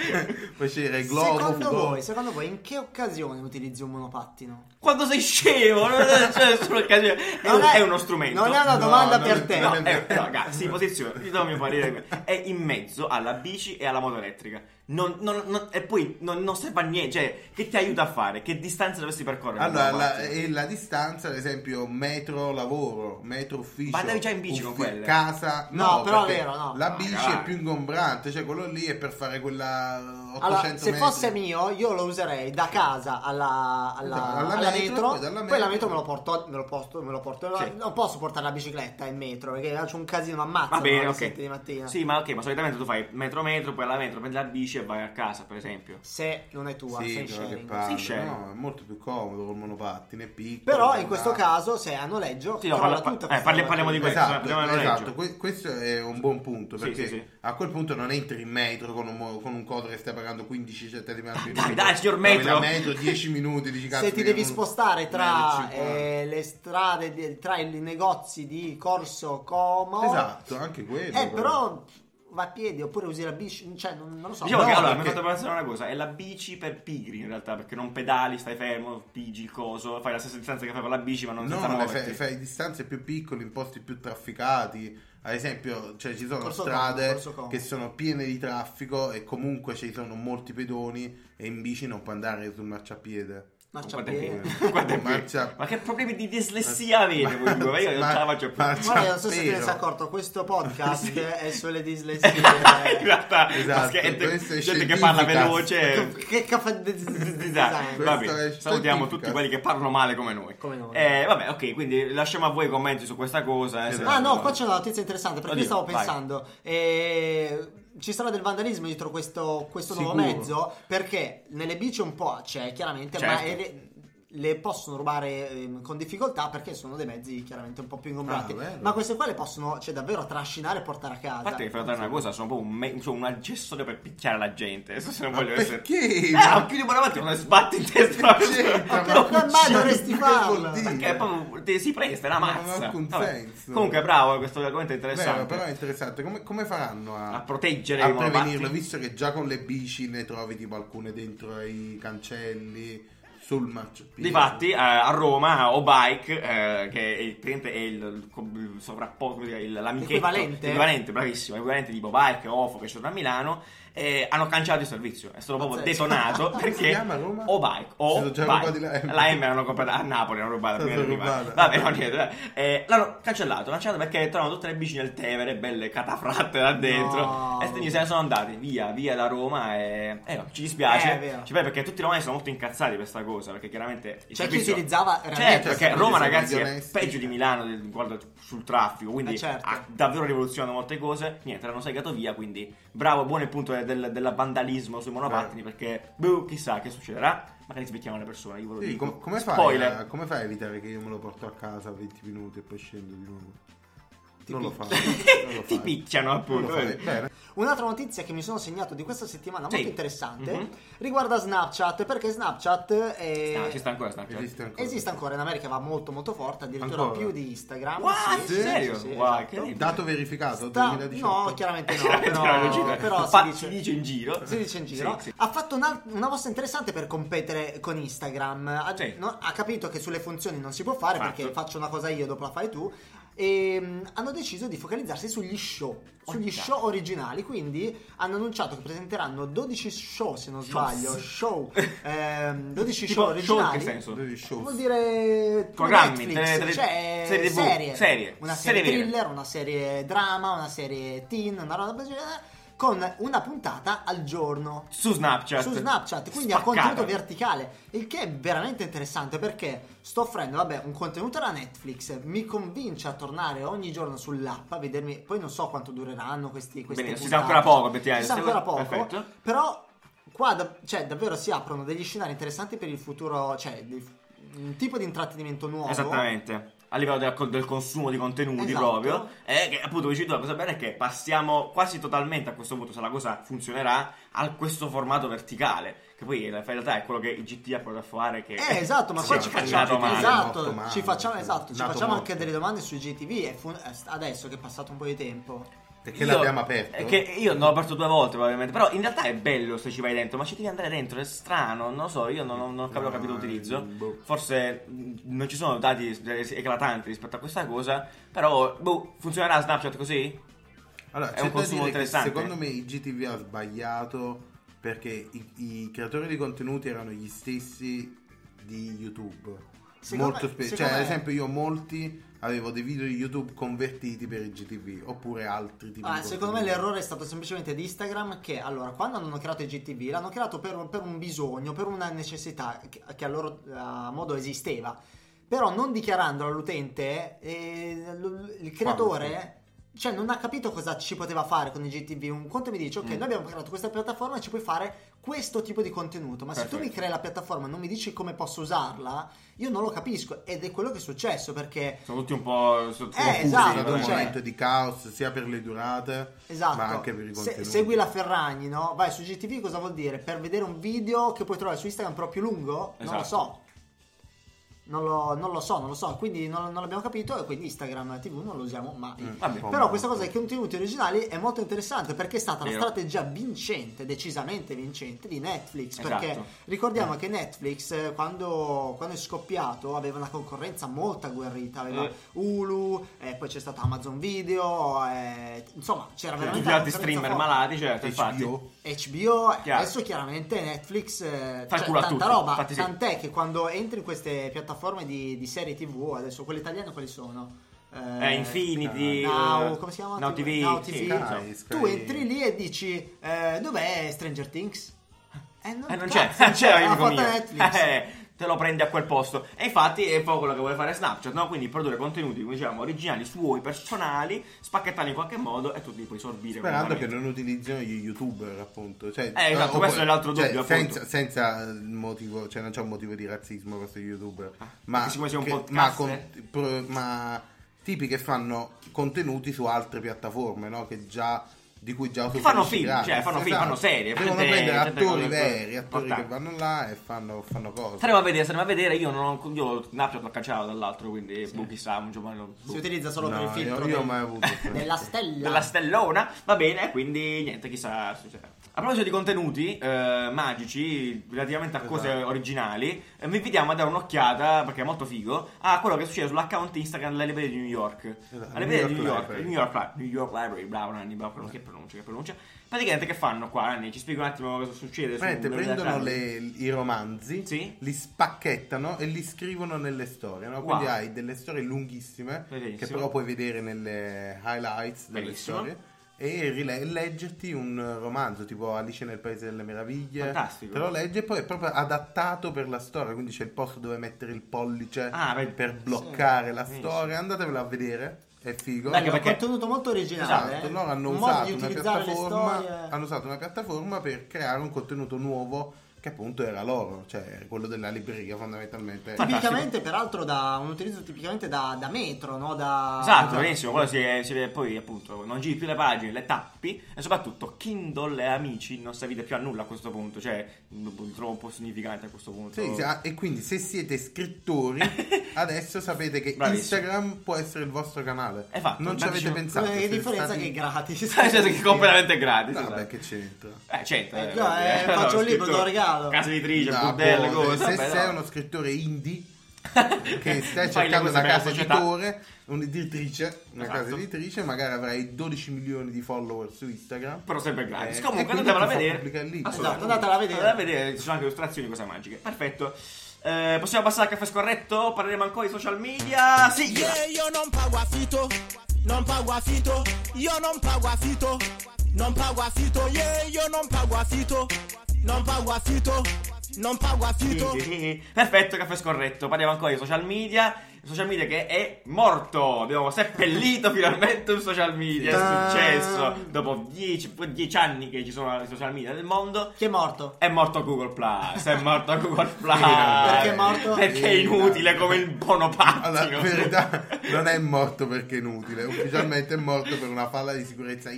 B: scegliere- puoi scegliere il globo,
C: secondo
B: Fugo.
C: voi, secondo voi in che occasione utilizzi un monopattino?
A: Quando sei scemo, non è, cioè, solo occasione. È,
C: Non
A: un-
C: è-
A: è uno strumento.
C: non è una
B: No,
C: domanda
B: non
C: per
B: è-
C: te.
A: No,
B: non
A: eh, raga, si posiziona, io do il mio parere, è in mezzo alla bici e alla moto elettrica. Non- non- non- e poi non, non serve a niente, cioè, che ti aiuta a fare? Che distanza dovresti percorrere?
B: Allora,
A: con
B: la,
A: monopattino?
C: eh,
B: e la distanza, ad esempio, metro lavoro, metro ufficio.
A: Ma andavi già in bici con quelle?
B: Casa.
C: No, però
B: perché
C: vero, no.
B: La
A: No,
B: bici
A: dai.
B: è più ingombrante, cioè quello lì è per fare quella 800
C: Allora, se
B: metri.
C: fosse mio, io lo userei da casa alla, alla-
B: Alla
C: alla
B: metro,
C: metro,
B: poi dalla
C: poi la metro
B: metro.
C: me lo porto, me lo porto, me lo porto.
A: Sì.
C: non posso portare la bicicletta in metro perché faccio un casino, mi ammazzo
A: Va bene,
C: alle
A: ok.
C: 7 di mattina.
A: Sì, ma ok, ma solitamente tu fai metro metro, poi alla metro, prendi la bici e vai a casa, per esempio.
C: Se non è tua, sei
B: Sì,
C: in
B: però che
C: sharing.
B: palle,
A: Sì, sharing.
B: no, è molto più comodo col monopattine, è piccolo.
C: Però in questo
B: dai.
C: caso, se è a noleggio,
A: Sì, no,
C: crolla
A: parla-
C: tutta
A: eh,
C: questa
A: parli-
C: roba.
A: parliamo di questo.
B: Esatto,
A: prima del noleggio.
B: esatto, que- questo è un buon punto
A: Sì,
B: perché
A: sì, sì.
B: a quel punto non entri in metro con un, mo- con un codo che stai pagando 15 centesimi al minuto.
A: Dai, dai, signor
B: Paghi
A: metro.
B: la metro 10 minuti, dici cazzo.
C: Se ti
B: che
C: devi
B: non-
C: spostare tra
B: 9,50.
C: eh, le strade, di- tra i negozi di Corso Como,
B: Esatto, anche quello.
C: eh, però va a piedi oppure usi la bici, cioè non, non lo so.
A: Diciamo
B: No,
A: che allora mi
B: perché-
A: ha fatto pensare una cosa: è la bici per pigri in realtà, perché non pedali, stai fermo, pigi il coso, fai la stessa distanza che fai con la bici, ma non senza
B: No, le
A: muoverti.
B: fai, fai distanze più piccole in posti più trafficati. Ad esempio, cioè, ci sono
C: Corso Como,
B: strade
C: Corso Como.
B: che sono piene di traffico e comunque ci sono molti pedoni e in bici non puoi andare sul marciapiede.
C: Marcia a
A: Guarda
C: piedi.
A: qui, guarda qui.
B: Marcia-
A: Ma che problemi di dislessia avete voi due? Ma Io non
B: Mar-
A: ce la faccio più.
B: mar-
C: Guarda, non so se te ne
B: Marciapiede.
C: sei accorto, questo podcast
A: Sì.
C: è sulle
A: in
C: dislessie.
A: realtà,
B: Esatto,
A: perché è de-
B: questo è
A: gente che parla
B: scientifica.
A: veloce.
C: che caffè
A: Eh. Esatto,
B: Questo
A: va
B: è
A: bene.
B: scientifica.
A: Salutiamo tutti quelli che parlano male come noi.
C: Come noi.
A: Eh, vabbè, ok, quindi lasciamo a voi i commenti su questa cosa. eh,
B: Esatto.
A: se-
C: Ah no, qua c'è una notizia interessante perché
A: Oddio,
C: io stavo
A: vai.
C: pensando. eh, ci sarà del vandalismo dietro questo, questo nuovo
B: Sicuro.
C: mezzo perché nelle bici un po' c'è chiaramente, ma
A: Certo.
C: è- le possono rubare ehm, con difficoltà perché sono dei mezzi chiaramente un po' più ingombrati.
B: Ah, vero.
C: ma queste qua le possono cioè, davvero trascinare e portare a
A: A
C: casa.
A: parte che fai
C: Esatto.
A: una cosa, sono proprio un, me- sono un accessorio per picchiare la gente. Adesso se non
B: Ma
A: voglio essere.
B: perché?
A: Eh, ma chiudi buona avanti, non le sbatti in testa. la persona.
B: C'entra,
C: Ma
B: ma
C: come mai dovresti
B: che
C: farlo?
B: vuol dire?
A: Perché è proprio te- si presta, è una
B: Ma non ha
A: mazza.
B: alcun
A: Vabbè.
B: senso.
A: Comunque, bravo, questo argomento è
B: Vero,
A: interessante.
B: però è interessante. Come, come faranno a,
A: A proteggere
B: a
A: i monopatti?
B: prevenirlo? Visto che già con le bici ne trovi tipo alcune dentro ai cancelli, sul marciapiede.
A: Difatti, eh, a Roma, o Bike, eh, che è il, praticamente è il, il sovrapposto, come dire, il- l'amichetto
C: L'equivalente?
A: equivalente, bravissimo, l'equivalente di Bike, Ofo che sono a Milano, eh, hanno cancellato il servizio, è stato proprio
C: Pazzesco.
A: detonato
B: Come si
A: perché
B: chiama a Roma?
A: o Bike,
B: Si
A: o
B: sono già
A: Bike.
B: rubati la M.
A: la M l'hanno comprata a Napoli, l'hanno rubata
B: Sono
A: prima di arrivare.
B: rubata.
A: Vabbè, no, niente, eh, l'hanno cancellato, cancellato perché trovano tutte le bici nel Tevere, belle catafratte là dentro,
C: No.
A: e quindi se ne sono andati via, via da Roma e eh, no, ci dispiace,
C: Eh, è vero.
A: Ci Beh, perché tutti i romani sono molto incazzati per questa cosa, perché chiaramente... il
C: C'è Cioè, chi
A: servizio-
C: utilizzava
A: Certo,
C: veramente-
A: perché
B: Cioè,
A: Roma,
B: sono
A: ragazzi, è
B: onesti.
A: peggio di Milano del- guarda, sul traffico, quindi
C: Eh, cioè. certo.
A: ha davvero rivoluzionato molte cose. Niente, l'hanno segato via, quindi bravo, buono il punto del, del vandalismo sui monopattini, perché boh, chissà che succederà. Magari svecchiamo le persone, io ve lo
B: Sì,
A: dico.
B: com- come, fai
A: Spoiler.
B: a, come fai a evitare che io me lo porto a casa 20 minuti e poi scendo di nuovo?
C: Ti
B: non lo
C: picchi-
B: fai. non lo
A: Ti
B: fai.
A: picchiano
B: Non lo
A: appunto.
B: fai.
A: vedi?
B: Bene.
C: Un'altra notizia che mi sono segnato di questa settimana molto
A: Sì.
C: interessante
A: Mhm.
C: riguarda Snapchat perché Snapchat è...
A: Ah, ci sta ancora, sta ancora.
B: Esiste ancora.
C: Esiste ancora in America, va molto molto forte, addirittura
B: Ancora?
C: più di Instagram.
A: What?
C: Sì,
B: Sì,
A: Serio?
C: sì, sì,
A: Wow,
C: esatto.
A: che
B: Dato verificato?
C: Sta-
B: 2018?
C: No, chiaramente no,
A: Chiaramente non è
C: però,
A: legittimo.
C: però si,
A: Fa-
C: dice,
A: in giro.
C: si dice in
A: Sì,
C: giro.
A: sì.
C: Ha fatto una, una mossa interessante per competere con Instagram. Ha,
A: Sì. Certo.
C: no, ha capito che sulle funzioni non si può fare
A: Fatto.
C: perché faccio una cosa io, dopo la fai tu. E mm, hanno deciso di focalizzarsi sugli show, sugli
A: Porca.
C: show originali. Quindi hanno annunciato che presenteranno 12 show, se non
A: Shows.
C: sbaglio. Show, ehm, 12
A: Tipo, show
C: show
A: in
C: originali.
A: che senso?
B: Devi show.
C: Vuol dire
A: Programmi,
C: Netflix,
A: tele- tele-
C: cioè
A: serie
C: serie,
A: TV, serie,
C: una
A: serie
C: serie,
A: vere.
C: thriller, una serie drama, una serie teen, una roba del genere, con una puntata al giorno
A: Su Snapchat.
C: su Snapchat, quindi ha
A: Certo. Spaccata.
C: contenuto verticale, il che è veramente interessante perché sto offrendo, vabbè, un contenuto da Netflix, mi convince a tornare ogni giorno sull'app a vedermi, poi non so quanto dureranno questi questi
A: Bene, ci sa
C: puntate.
A: ancora poco, effettivamente.
C: Ci sa ancora poco.
A: Perfetto.
C: Però qua da- cioè, davvero si aprono degli scenari interessanti per il futuro, cioè del- un tipo di intrattenimento nuovo.
A: Esattamente. A livello del, del consumo di contenuti
C: Esatto.
A: proprio. E che appunto dici tu, la cosa bella è che passiamo quasi totalmente a questo punto, se la cosa funzionerà, a questo formato verticale. Che poi in realtà è quello che il GTA ha provato a fare. Che
C: Eh, esatto, ma
A: Sì,
C: poi
A: è
C: ci
A: nato
C: facciamo,
A: male.
C: esatto,
B: morto male.
C: ci facciamo, esatto, ci
B: Nato
C: facciamo
B: morto.
C: anche delle domande su GTV e fu- eh, adesso che è passato un po' di tempo.
B: Perché
A: Io-
B: l'abbiamo aperto?
A: eh, Che io non l'ho aperto due volte, probabilmente. Però in realtà è bello se ci vai dentro, ma ci devi andare dentro, è strano. Non lo so, io non, non ho capito,
B: No,
A: capito l'utilizzo.
B: boh.
A: Forse mh, non ci sono dati es- eclatanti rispetto a questa cosa. Però, boh, funzionerà Snapchat così?
B: Allora,
A: È
B: c'è
A: un
B: da
A: consumo
B: dire che
A: interessante.
B: secondo me il GTV ha sbagliato perché i, i creatori di contenuti erano gli stessi di YouTube.
C: Secondo
B: Molto
C: me-
B: spesso, cioè,
C: secondo
B: ad
C: me-
B: esempio, io molti avevo dei video di YouTube convertiti per il GTV oppure altri tipi
C: Ah,
B: di
C: secondo me
B: contenuti.
C: l'errore è stato semplicemente di Instagram che allora quando hanno creato il GTV l'hanno creato per, per un bisogno, per una necessità che, che a loro eh, modo esisteva, però non dichiarandolo all'utente eh, l- il creatore cioè non ha capito cosa ci poteva fare con il GTV. Un conto mi dice, ok, noi abbiamo creato questa piattaforma e ci puoi fare questo tipo di contenuto, ma se tu mi
A: Perfetto.
C: crei la piattaforma e non mi dici come posso usarla, io non lo capisco ed è quello che è successo perché
A: Sono tutti un po' sotto
C: Eh,
A: confusi,
C: esatto,
B: È stato
A: vabbè.
B: un
C: cioè-
B: momento di caos sia per le durate,
C: Esatto.
B: ma anche per i
C: Se-
B: contenuti. Cioè,
C: segui la Ferragni, no? Vai su GTV, cosa vuol dire? Per vedere un video che puoi trovare su Instagram però più lungo? Non lo
A: Esatto.
C: so. Non lo, non lo so, non lo so, quindi non, non l'abbiamo capito e quindi Instagram TV non lo usiamo mai.
B: Mm,
A: Vabbè.
B: un po'
C: Però
B: male.
C: questa cosa dei contenuti originali è molto interessante perché è stata una
A: Vero.
C: strategia vincente, decisamente vincente di Netflix.
A: Esatto.
C: Perché ricordiamo che Netflix eh, quando, quando è scoppiato aveva una concorrenza molto agguerrita, aveva
A: Eh.
C: Hulu, eh, poi c'è stato Amazon Video, eh, insomma c'era
A: Tutti
C: veramente...
A: gli
C: una
A: altri streamer
C: concorrenza
A: malati, certo, infatti.
B: HBO.
C: forte. HBO,
A: Chiaro.
C: adesso chiaramente Netflix eh,
A: Fa il
C: cioè,
A: culo a
C: tanta
A: tutti,
C: roba,
A: infatti sì.
C: tant'è che quando entri in queste piattaforme di, di serie tv, adesso quelle italiane quali sono?
A: Eh, Infinity,
C: Now,
A: eh,
C: come si chiama?
A: Now TV,
C: Now
A: sì,
C: TV.
A: insomma.
B: Sky, Sky.
C: Tu entri lì e dici eh, dov'è Stranger Things? Eh non,
A: Eh, non
C: cazzo,
A: c'è, non c'è
C: l'ha
A: amico
C: fatta
A: mio.
C: Netflix.
A: Eh, te lo prendi a quel posto. E infatti è un po' quello che vuole fare Snapchat, no? Quindi produrre contenuti, come dicevamo, originali suoi, personali, spacchettarli in qualche modo e tu li puoi sorbire.
B: Sperando che
A: completamente.
B: non utilizzino gli youtuber, appunto. Cioè,
A: Eh, esatto,
B: oppure-
A: questo è l'altro
B: cioè,
A: dubbio, appunto.
B: senza, senza il motivo, cioè non c'è un motivo di razzismo verso gli youtuber.
A: Ah,
B: ma,
A: perché siccome siamo un
B: che-
A: podcast,
B: ma, con-
A: eh.
B: pro- ma tipi che fanno contenuti su altre piattaforme, no? Che già di cui già
A: Che fanno film,
B: usufruisci gratis. Esatto.
A: cioè, fanno film, fanno serie,
B: Devono
A: prendete-
B: prendere
A: gente
B: attori
A: con-
B: veri, attori che
A: importanti.
B: vanno là e fanno, fanno cose.
A: Saremo a vedere, saremo a vedere. Io non ho. Io Snapchat l'ho cacciato dall'altro, quindi boh, chissà, un giorno. non-
C: Si
A: boh.
C: utilizza solo
B: No,
C: per il
B: io-
C: filtro
B: io
C: del-
B: ho mai avuto questo.
C: della stella.
A: Della stellona, va bene, quindi niente, chissà. succederà. A proposito di contenuti eh, magici relativamente a cose
B: Esatto.
A: originali, eh, vi invitiamo a dare un'occhiata, perché è molto figo, a quello che succede sull'account Instagram della libreria di New York.
B: Esatto,
A: La libreria
B: New
A: di New
B: York
A: York,
B: Library.
A: New York, Li- New York Library, bravo Nanni, bravo, che pronuncia, che pronuncia. Praticamente che fanno qua, Nanni? Ci spiego un attimo cosa succede. su-
B: Praticamente
A: nella-
B: prendono le- i romanzi,
A: Sì.
B: li spacchettano e li scrivono nelle storie. no?
A: Wow.
B: Quindi hai delle storie lunghissime
A: Benissimo.
B: che però puoi vedere nelle highlights delle
A: Benissimo.
B: storie. E rile- leggerti un romanzo tipo Alice nel Paese delle Meraviglie.
A: Fantastico.
B: Te lo leggi e poi è proprio adattato per la storia. Quindi c'è il posto dove mettere il pollice
A: Ah, beh,
B: per bloccare la
A: Benissimo.
B: storia. Andatevelo a vedere, è figo.
A: Dai,
C: È
A: Anche
C: un
A: perché-
C: contenuto molto originale.
B: Esatto,
C: eh.
B: loro hanno
C: Un modo di
B: usato, una
C: utilizzare le
B: piattaforma,
C: storie.
B: hanno usato una piattaforma per creare un contenuto nuovo che appunto era loro, cioè quello della libreria fondamentalmente.
A: Fantastico.
C: Tipicamente, peraltro, da un utilizzo tipicamente da, da metro, no? Da,
B: Ah,
A: Esatto, benissimo, quello si, è- si vede poi appunto, non giri più le pagine, le tappi e soprattutto Kindle e amici non servite più a nulla a questo punto, cioè lo trovo un po' significante a questo punto.
B: Sì, sì, ah, e quindi se siete scrittori adesso sapete che
A: Bravissimo.
B: Instagram può essere il vostro canale.
A: È fatto,
B: non ci avete
A: bravissimo.
B: pensato.
C: L'unica
B: siete
C: differenza
B: stati-
C: che è gratis.
A: Nel senso che è Cioè, completamente gratis.
B: No,
A: esatto.
B: Vabbè, che c'entra.
A: Eh, c'entra.
C: Eh, già, eh,
A: vabbè.
C: faccio un
A: scritto-
C: libro, te lo regalo.
A: Casa editrice,
B: No,
A: bordelle,
B: boh,
A: cose.
B: se
A: vabbè,
B: sei
A: no.
B: uno scrittore indie che
A: Fai
B: stai cercando
A: questa
B: una
A: bella
B: casa
A: società.
B: editore, un'editrice, una
A: Esatto.
B: casa editrice, magari avrai 12 milioni di follower su Instagram.
A: Però sempre gratis.
B: Eh,
A: Comunque
B: e quindi
A: andatela a
B: ti fa
A: vedere.
B: pubblicare il libro.
A: Assolutamente.
C: Esatto, andatela a vedere.
A: Andatela a vedere, ci sono anche illustrazioni, cose magiche. Perfetto. Eh, possiamo passare al caffè scorretto? Parleremo ancora di social media. Sì,
D: Yeah, yo non pa guafito, non pa guafito, yo non pa guafito, non pa guafito, yeah, yo non pa guafito, non pa guafito, non pa guafito.
A: Perfetto, caffè scorretto. Parliamo ancora di social media. Social media che è morto. Abbiamo seppellito finalmente un social media. È
C: Ta-
A: successo dopo 10 10 anni che ci sono i social media nel mondo.
C: Chi è morto?
A: È morto Google Plus, è morto Google Plus.
C: Perché è morto?
A: Perché è inutile come il bonopatico.
B: Allora, in verità non è morto perché è inutile, ufficialmente è morto per una falla di sicurezza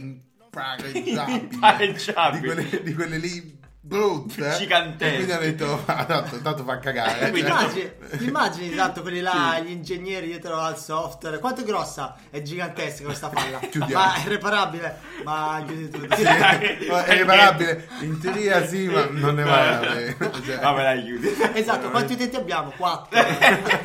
B: impareggiabile.
A: Impareggiabile.
B: Di quelle, di quelle lì brutte.
A: Gigantesche.
B: E Quindi ha detto, "Ah, tanto, tanto fa cagare.
A: Quindi-
B: Cioè,
A: Immagini-
C: Immagini, immagini tanto quelli là, gli ingegneri dietro al software. Quanto è grossa? È gigantesca questa palla.
B: Chiudiamo.
C: Ma è reparabile. Ma chiudi tutto.
B: è riparabile. In teoria sì, ma non ne vale la pena. Cioè,
A: Vabbè, dai, chiudi.
C: Esatto, quanti utenti abbiamo? Quattro.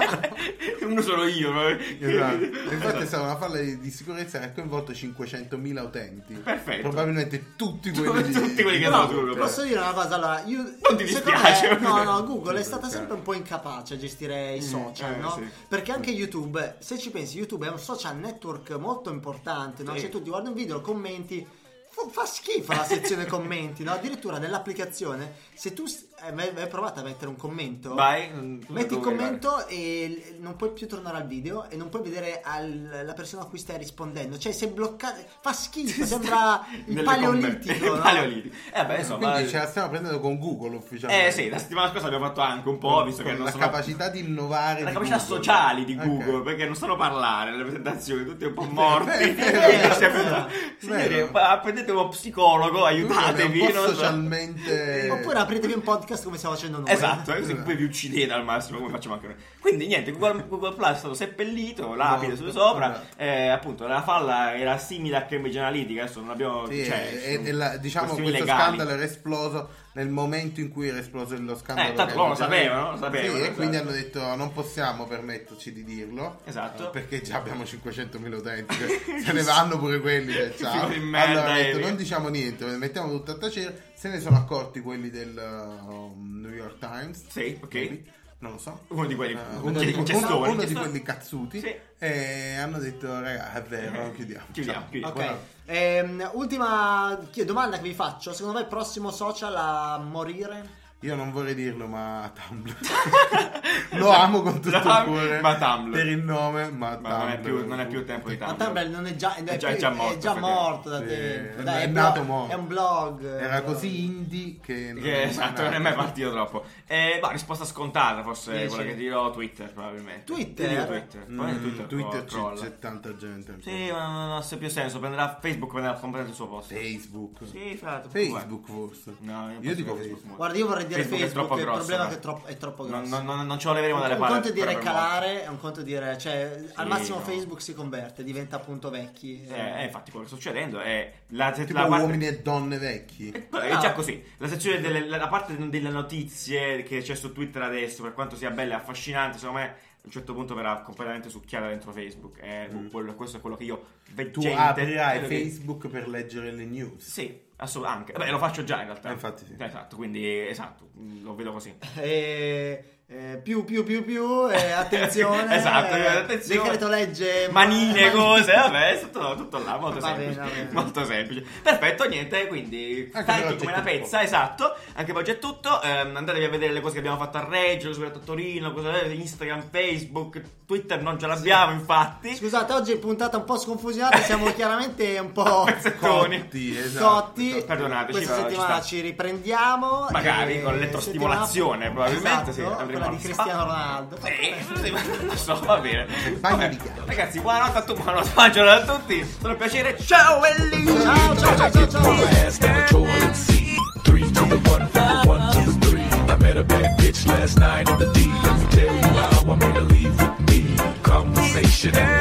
A: Uno sono io. ma-
B: Esatto. Infatti è stata una falla di, di sicurezza che ha coinvolto 500.000 utenti.
A: Perfetto.
B: Probabilmente tutti quelli di-
A: Tutti quelli che
B: di-
A: hanno
C: Però
A: Google.
C: posso dire una cosa, allora, io,
A: Non ti
C: secondo
A: dispiace?
C: me- no, no, Google è stata sempre un po' incapace a gestire i social,
A: eh,
C: no?
A: sì.
C: Perché anche YouTube, se ci pensi, YouTube è un social network molto importante, no?
A: Sì.
C: Cioè tu ti guardi un video, commenti, fa, fa schifo la sezione commenti, no? Addirittura nell'applicazione, se tu s- eh, mi hai mi hai provato a mettere un commento?
A: Vai.
C: Metti
A: dove
C: il
A: vuoi
C: commento e l- non puoi più tornare al video e non puoi vedere al- la persona a cui stai rispondendo. Cioè, sei bloccato. Fa schifo, sembra il
A: Nelle
C: paleolitico.
A: commenti.
C: no?
A: Il paleolitico. Eh beh, insomma.
B: Quindi ce la stiamo prendendo con Google ufficialmente.
A: Eh sì, la settimana scorsa abbiamo fatto anche un po', visto che
B: Con
A: non
B: la
A: sono...
B: capacità di innovare.
A: la
B: di
A: capacità
B: Google.
A: sociale di
B: Ok.
A: Google, perché non sanno parlare nelle presentazioni, tutti un po' morti.
B: È vero,
A: Quindi
C: è vero,
A: siamo-
C: è vero.
A: Signori,
B: Vero.
A: ma prendete uno psicologo, aiutatevi.
B: Google è
A: non
B: un po'
A: so.
B: socialmente.
C: Oppure apritevi un podcast come stiamo facendo noi.
A: Eh, Esatto, eh, così poi vi uccidete al massimo come facciamo anche noi. Quindi niente, Google, Google Plus è stato seppellito, lapide su
B: Morto,
A: sopra,
B: vabbè.
A: eh, appunto la falla era simile a Cambridge Analytica, adesso non abbiamo...
B: Sì,
A: cioè,
B: e-
A: sono
B: e la- diciamo
A: questioni
B: questo
A: legali.
B: scandalo era esploso nel momento in cui era esploso lo scandalo.
A: Eh, tanto
B: che
A: loro lo
B: già-
A: sapevano, lo sapevano,
B: Sì, e
A: esatto.
B: quindi hanno detto non possiamo permetterci di dirlo.
A: Esatto.
B: eh, Perché già abbiamo 500.000 utenti, cioè, se ne vanno pure quelli. cioè, ciao.
A: Figli di merda,
B: allora, hanno detto,
A: Elio.
B: non diciamo niente, mettiamo tutto a tacere. Se ne sono accorti quelli del um, New York Times.
A: Sì, ok.
B: maybe, Non lo so.
A: Uno di quelli-
B: Eh,
A: un
B: uno, di,
A: chiedi- un cestone,
B: uno-
A: un
B: uno di
A: cestone.
B: quelli cazzuti.
A: Sì. Eh,
B: E hanno detto, raga, è vero, chiudiamo.
A: Chiudiamo,
B: ciao."
A: chiudiamo.
C: Ok. Ehm, ultima chi- domanda che vi faccio. Secondo me il prossimo social a morire?
B: Io non vorrei dirlo, ma Tumblr. Lo amo con tutto il cuore.
A: Ma Tumblr.
B: Per il nome, ma,
A: Ma non è, più, non è più tempo di
C: Ma
A: Tumblr.
C: Tumblr non è già, è
A: È già-
C: più-
A: è già morto,
C: è già
A: perché-
C: morto da
B: Sì,
C: tempo.
B: è
C: Dai,
B: nato
C: blog-
B: morto.
C: È un blog. è un
B: Era
C: blog.
B: così indie che... non
A: Che,
B: è
A: esatto, non è mai partito troppo. Eh, bah, risposta scontata, forse
C: Dici.
A: quella che dirò Twitter, probabilmente.
C: Twitter?
A: Io dico Twitter.
B: Mm,
A: Poi Twitter,
B: Twitter
A: cro-
B: c'è,
A: crolla.
B: c'è tanta gente. Cioè, ancora.
A: Sì, ma non ha più senso. Prenderà Facebook prenderà completamente il suo posto.
B: Facebook.
A: Sì, fra l'altro,
B: Facebook forse.
A: guarda. No, non
B: Io
A: posso
B: dico
A: dire
B: Facebook.
C: Guarda, io vorrei dire
A: Facebook è
C: Facebook,
A: troppo
C: il
A: grosso,
C: problema è
A: no?
C: che è troppo, è troppo grosso.
A: Non, non- non- non ce lo leveremo dalle
C: un
A: palle.
C: conto è di
A: per- per
C: recalare, è un conto è dire, cioè, al
A: Sì,
C: massimo
A: no.
C: Facebook si converte, diventa appunto vecchi.
A: molto. Eh, eh, infatti, quello che sta succedendo è la,
B: Tipo
A: la parte-
B: uomini e donne vecchi.
A: Eh, È già così. La sezione delle, la la parte delle notizie che c'è su Twitter adesso, per quanto sia bella e affascinante, secondo me a un certo punto verrà completamente succhiata dentro Facebook. Eh, quello- questo è quello che io veggente
B: Mm. Tu aprirai
A: credo che-
B: Facebook per leggere le news.
A: Sì, assolutamente. Anche. Beh, lo faccio già in realtà.
B: Eh, infatti sì.
A: Eh, Esatto, quindi esatto, mm, lo vedo così.
C: Eh, eh, più, più, più, più, eh, attenzione.
A: esatto,
C: eh,
A: attenzione.
C: Decreto legge.
A: manine,
C: ma-
A: cose, vabbè, è tutto, tutto là, molto
C: Va bene,
A: semplice.
C: va bene.
A: Molto semplice. Perfetto, niente, quindi
B: Anche per
A: tanti
B: oggi
A: come
B: è
A: la
B: tutto.
A: pezza, esatto. Anche per oggi è tutto. Ehm, andatevi a vedere le cose che abbiamo fatto a Reggio, le superate a Torino, cose- Instagram, Facebook, Twitter non ce l'abbiamo, infatti.
C: Scusate, oggi è puntata un po' sconfusionata, siamo chiaramente un po'
A: Pezzettoni.
B: Cotti,
C: Cotti.
A: Perdonateci,
C: Questa
A: però ci
C: settimana
A: sta.
C: ci, riprendiamo.
A: Magari
C: eh,
A: con l'elettrostimolazione,
C: settimana-
A: probabilmente. sì,
C: Esatto,
A: andremo
C: quella
A: al
C: di
A: spa.
C: Cristiano Ronaldo.
A: Eh, Sì, sì, ma non lo so, va bene.
B: bagno
A: Vabbè,
B: di chiaro.
A: Ragazzi, buonanotte a tutti, buona giornata a tutti. Sono un piacere, ciao Ellie!
C: Ciao, ciao, ciao, ciao, ciao.
E: ass down, toilet seat. Three to the one, from the one to the three. I met a bad bitch last night at the D. Let me tell you how I made her leave with me. Conversation and